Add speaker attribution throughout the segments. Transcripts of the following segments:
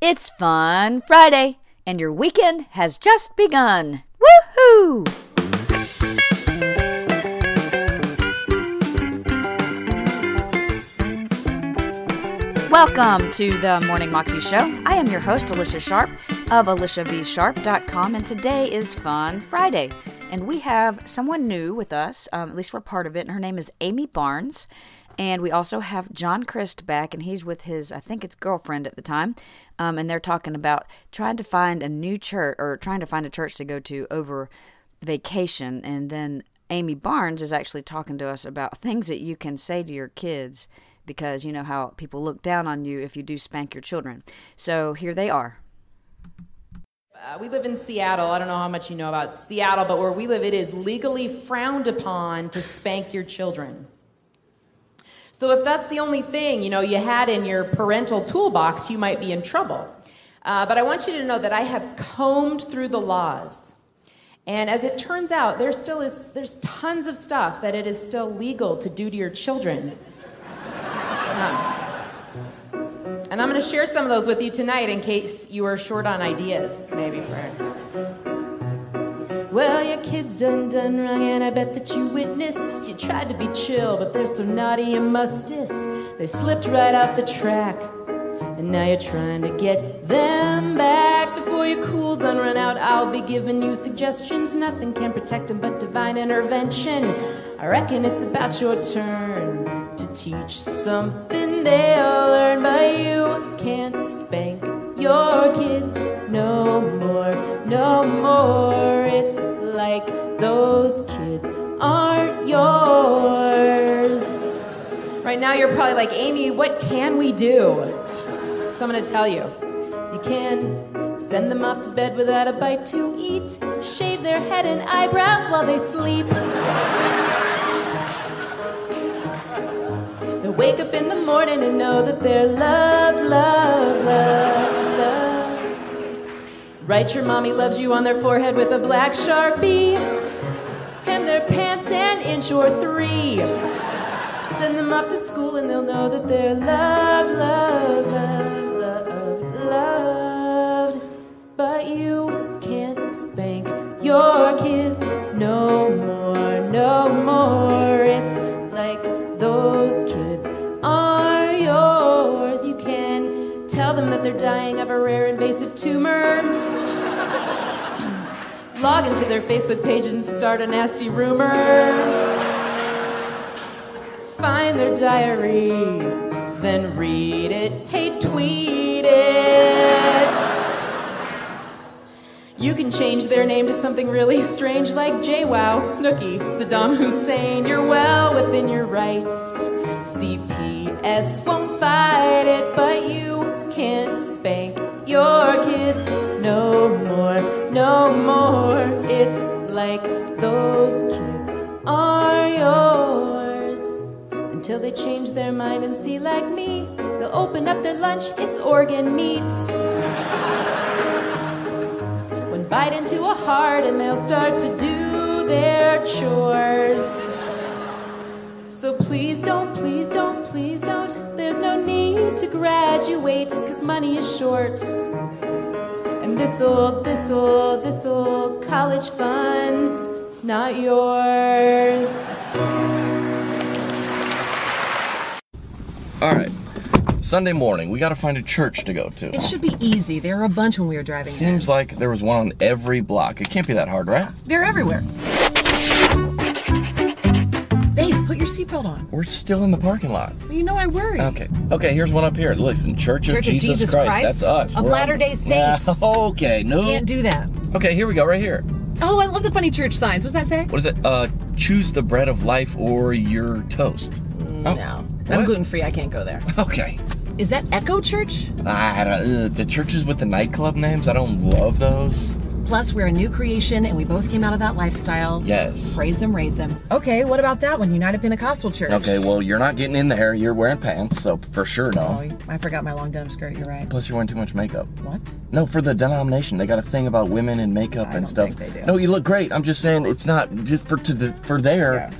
Speaker 1: It's Fun Friday, and your weekend has just begun. Woohoo! Welcome to the Morning Moxie Show. I am your host, Alicia Sharp of AliciaBSharp.com, and today is Fun Friday. And we have someone new with us, um, at least we're part of it, and her name is Amy Barnes. And we also have John Christ back, and he's with his, I think it's girlfriend at the time. Um, and they're talking about trying to find a new church or trying to find a church to go to over vacation. And then Amy Barnes is actually talking to us about things that you can say to your kids because you know how people look down on you if you do spank your children. So here they are.
Speaker 2: Uh, we live in Seattle. I don't know how much you know about Seattle, but where we live, it is legally frowned upon to spank your children. So if that's the only thing you know you had in your parental toolbox, you might be in trouble. Uh, but I want you to know that I have combed through the laws, and as it turns out, there still is there's tons of stuff that it is still legal to do to your children. And I'm going to share some of those with you tonight in case you are short on ideas, maybe for. Well, your kid's done done wrong, and I bet that you witnessed. You tried to be chill, but they're so naughty and must diss. They slipped right off the track, and now you're trying to get them back. Before your cool done run out, I'll be giving you suggestions. Nothing can protect them but divine intervention. I reckon it's about your turn to teach something they'll learn, but you can't spank your kids no more, no more. It's like those kids aren't yours. Right now, you're probably like, Amy, what can we do? So I'm going to tell you. You can send them off to bed without a bite to eat, shave their head and eyebrows while they sleep. They'll wake up in the morning and know that they're loved, loved, loved, loved. Write your mommy loves you on their forehead with a black sharpie. Hem their pants an inch or three. Send them off to school and they'll know that they're loved, loved, loved, loved, loved. But you can't spank your kids no more, no more. It's like those kids are yours. You can tell them that they're dying of a rare invasive tumor log into their Facebook page and start a nasty rumor. Find their diary, then read it. Hey, tweet it. You can change their name to something really strange like JWoww, Snooki, Saddam Hussein. You're well within your rights. CPS won't fight it, but you can't spank your kids no more, no more. It's like those kids are yours. Until they change their mind and see like me, they'll open up their lunch, it's organ meat. One bite into a heart and they'll start to do their chores. So please don't, please don't, please don't. There's no need to graduate, cause money is short. And this old, this old, this old college funds, not yours.
Speaker 3: All right. Sunday morning, we gotta find a church to go to.
Speaker 4: It should be easy. There were a bunch when we were driving there.
Speaker 3: Seems like there was one on every block. It can't be that hard, right?
Speaker 4: They're everywhere. Babe, put your seatbelt on.
Speaker 3: We're still in the parking lot.
Speaker 4: You know I worry.
Speaker 3: Okay. Okay, here's one up here. Listen, Church of,
Speaker 4: Church of
Speaker 3: Jesus,
Speaker 4: Jesus
Speaker 3: Christ.
Speaker 4: Christ
Speaker 3: That's us.
Speaker 4: of
Speaker 3: We're on-
Speaker 4: Latter-day Saints.
Speaker 3: Yeah, okay, no.
Speaker 4: Can't do that.
Speaker 3: okay, here we go, right here.
Speaker 4: Oh, I love the funny church signs. What's that say?
Speaker 3: What is it? Uh, choose the bread of life or your toast. Oh,
Speaker 4: Mm, No.
Speaker 3: what?
Speaker 4: I'm gluten free. I can't go there.
Speaker 3: Okay.
Speaker 4: Is that Echo Church?
Speaker 3: I don't, uh, the churches with the nightclub names, I don't love those.
Speaker 4: Plus, we're a new creation and we both came out of that lifestyle.
Speaker 3: Yes.
Speaker 4: Praise them, raise them. Okay, what about that one? United Pentecostal Church.
Speaker 3: Okay, well, you're not getting in there. You're wearing pants, so for sure,
Speaker 4: Oh,
Speaker 3: no.
Speaker 4: I forgot my long denim skirt. You're right.
Speaker 3: Plus, you're wearing too much makeup.
Speaker 4: What?
Speaker 3: No, for the denomination, they got a thing about women and makeup
Speaker 4: I
Speaker 3: and
Speaker 4: don't
Speaker 3: stuff.
Speaker 4: think they do.
Speaker 3: No, you look great. I'm just saying it's not just for to the for there.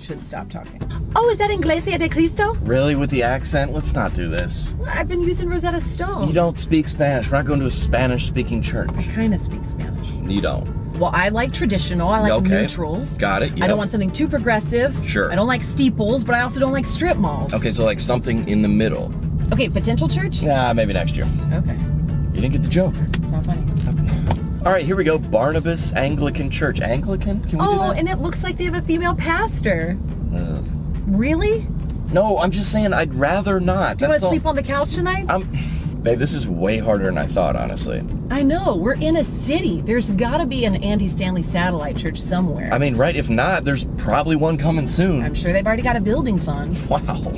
Speaker 5: should stop talking.
Speaker 4: Oh, is that Iglesia de Cristo?
Speaker 3: Really, with the accent? Let's not do this.
Speaker 4: I've been using Rosetta Stone.
Speaker 3: You don't speak Spanish. We're not going to a Spanish speaking church.
Speaker 4: kind of speak Spanish.
Speaker 3: You don't.
Speaker 4: Well, I like traditional. I like
Speaker 3: Okay.
Speaker 4: neutrals.
Speaker 3: Got it,
Speaker 4: I
Speaker 3: yep.
Speaker 4: don't want something too progressive.
Speaker 3: Sure.
Speaker 4: I don't like steeples, but I also don't like strip malls.
Speaker 3: Okay, so like something in the middle.
Speaker 4: Okay, potential church?
Speaker 3: Nah, maybe next year.
Speaker 4: Okay.
Speaker 3: You didn't get the joke.
Speaker 4: It's not funny.
Speaker 3: All right, here we go. Barnabas Anglican Church. Anglican? Can we do
Speaker 4: Oh,
Speaker 3: that? Uh,
Speaker 4: and it looks like they have a female pastor.
Speaker 3: Ugh.
Speaker 4: Really?
Speaker 3: No, I'm just saying I'd rather not.
Speaker 4: Do you want
Speaker 3: That's
Speaker 4: to
Speaker 3: all.
Speaker 4: sleep on the couch tonight?
Speaker 3: I'm, babe, this is way harder than I thought, honestly.
Speaker 4: I know. We're in a city. There's got to be an Andy Stanley satellite church somewhere.
Speaker 3: I mean, right? If not, there's probably one coming soon.
Speaker 4: I'm sure they've already got a building fund.
Speaker 3: Wow.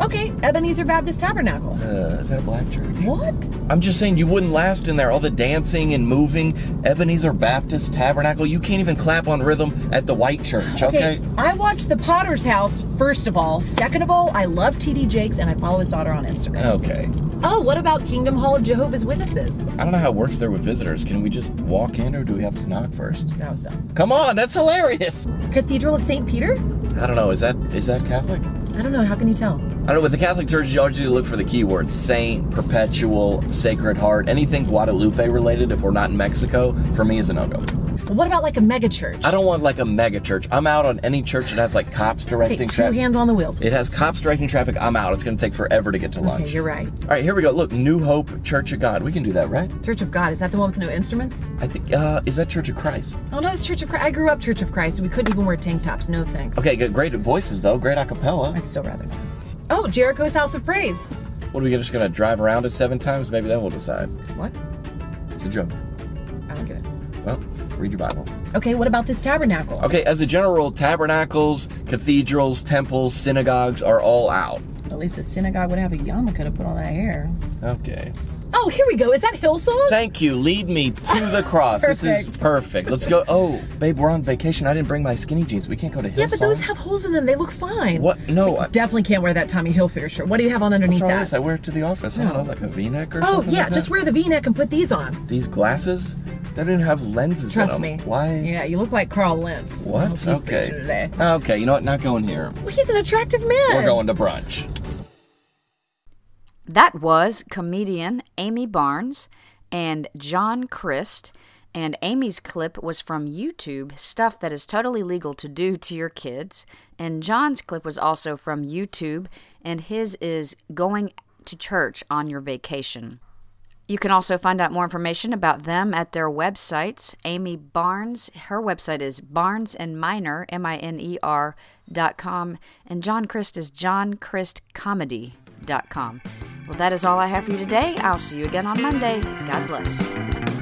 Speaker 4: Okay, Ebenezer Baptist Tabernacle.
Speaker 3: Uh, is that a black church?
Speaker 4: What?
Speaker 3: I'm just saying you wouldn't last in there. All the dancing and moving. Ebenezer Baptist Tabernacle. You can't even clap on rhythm at the white church, okay?
Speaker 4: I watch The Potter's House, first of all. Second of all, I love TD Jakes and I follow his daughter on Instagram.
Speaker 3: Okay.
Speaker 4: Oh, what about Kingdom Hall of Jehovah's Witnesses?
Speaker 3: I don't know how it works there with visitors. Can we just walk in or do we have to knock first?
Speaker 4: That was dumb.
Speaker 3: Come on, that's hilarious.
Speaker 4: Cathedral of St. Peter?
Speaker 3: I don't know. Is that is that Catholic?
Speaker 4: I don't know. How can you tell?
Speaker 3: I don't know. With the Catholic Church, you always look for the keywords saint, perpetual, sacred heart, anything Guadalupe related. If we're not in Mexico, for me is a no go.
Speaker 4: Well, what about like a mega church?
Speaker 3: I don't want like a mega church. I'm out on any church that has like cops
Speaker 4: Okay,
Speaker 3: directing
Speaker 4: two
Speaker 3: traffic.
Speaker 4: hands on the wheel.
Speaker 3: It has cops directing traffic. I'm out. It's going to take forever to get to lunch.
Speaker 4: Okay, you're right.
Speaker 3: All right, here we go. Look, New Hope Church of God. We can do that, right?
Speaker 4: Church of God. Is that the one with no instruments?
Speaker 3: I think, uh, is that Church of Christ?
Speaker 4: Oh, no, it's Church of Christ. I grew up Church of Christ and we couldn't even wear tank tops. No thanks.
Speaker 3: Okay, good. Great voices, though. Great a cappella.
Speaker 4: I'd still rather not. Oh, Jericho's House of Praise.
Speaker 3: What are we just going to drive around it seven times? Maybe then we'll decide.
Speaker 4: What?
Speaker 3: It's a joke.
Speaker 4: I don't get it.
Speaker 3: Well, read your Bible.
Speaker 4: Okay, what about this tabernacle?
Speaker 3: Okay, as a general rule, tabernacles, cathedrals, temples, synagogues are all out.
Speaker 4: At least the synagogue would have a yarmulke to put on that hair.
Speaker 3: Okay.
Speaker 4: Oh, here we go. Is that Hillsong?
Speaker 3: Thank you. Lead me to the cross. This is
Speaker 4: Perfect.
Speaker 3: perfect. Let's go. Oh, babe, we're on vacation. I didn't bring my skinny jeans. We can't go to Hillsong.
Speaker 4: yeah, but those have holes in them. They look fine.
Speaker 3: What? No. I,
Speaker 4: Definitely can't wear that Tommy Hilfiger shirt. What do you have on underneath
Speaker 3: what's wrong with
Speaker 4: that?
Speaker 3: this? I wear it to the office. I don't know, like a V-neck or
Speaker 4: Oh,
Speaker 3: something.
Speaker 4: yeah,
Speaker 3: like
Speaker 4: just
Speaker 3: that?
Speaker 4: wear the V-neck and put these on.
Speaker 3: these glasses. They didn't have lenses
Speaker 4: Trust
Speaker 3: in them.
Speaker 4: me.
Speaker 3: Why?
Speaker 4: Yeah, you look like Carl Lentz. I hope
Speaker 3: What?
Speaker 4: he's pictured
Speaker 3: Okay.
Speaker 4: today.
Speaker 3: Okay. You know what? Not going here.
Speaker 4: Well, he's an attractive man.
Speaker 3: We're going to brunch.
Speaker 1: That was comedian Amy Barnes and John Christ. And Amy's clip was from YouTube, stuff that is totally legal to do to your kids. And John's clip was also from YouTube, and his is going to church on your vacation. You can also find out more information about them at their websites. Amy Barnes, her website is Barnes and Minor, M I N E R dot com, and John Christ is johncristcomedy.com. Well, that is all I have for you today. I'll see you again on Monday. God bless.